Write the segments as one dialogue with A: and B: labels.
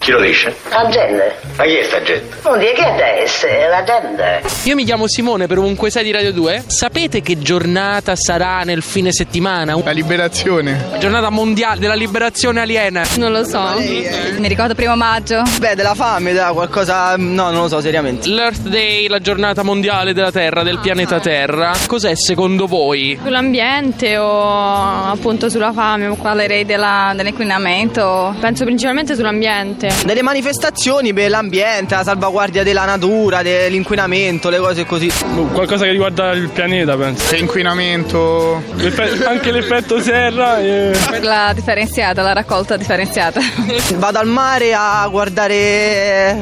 A: Chi lo dice?
B: La gente.
A: Ma chi è sta gente?
B: Non dire che deve essere la gente.
C: Io mi chiamo Simone per ovunque sei di Radio 2. Sapete che giornata sarà nel fine settimana?
D: La liberazione.
C: Una giornata mondiale della liberazione aliena.
E: Non lo so. Mi ricordo primo maggio.
F: Beh, della fame, da qualcosa. No, non lo so, seriamente.
C: L'Earth Day, la giornata mondiale della Terra, del pianeta Terra. Cos'è secondo voi?
E: Sull'ambiente o appunto sulla fame? Parlerei della- dell'inquinamento. Penso principalmente sull'ambiente.
F: Delle manifestazioni per l'ambiente, la salvaguardia della natura, dell'inquinamento, le cose così.
G: Qualcosa che riguarda il pianeta, penso.
D: Inquinamento.
G: L'effe- anche l'effetto serra. eh.
E: La differenziata, la raccolta differenziata.
F: Vado al mare a guardare eh,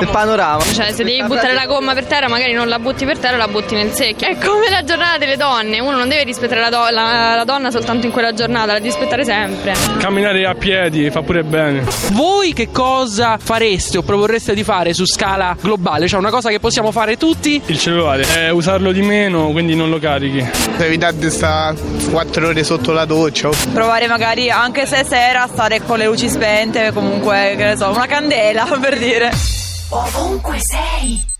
F: il panorama.
E: Cioè, se devi buttare la gomma per terra, magari non la butti per terra, la butti nel secchio. È come la giornata delle donne. Uno non deve rispettare la, do- la- la donna soltanto in quella giornata, la devi rispettare sempre.
G: Camminare a piedi fa pure bene.
C: Voi che cosa fareste o proporreste di fare su scala globale? Cioè una cosa che possiamo fare tutti?
G: Il cellulare, eh, usarlo di meno, quindi non lo carichi.
D: Evitare di stare 4 ore sotto la doccia.
F: Provare magari, anche se sera, stare con le luci spente, comunque, che ne so, una candela per dire.
H: ovunque sei.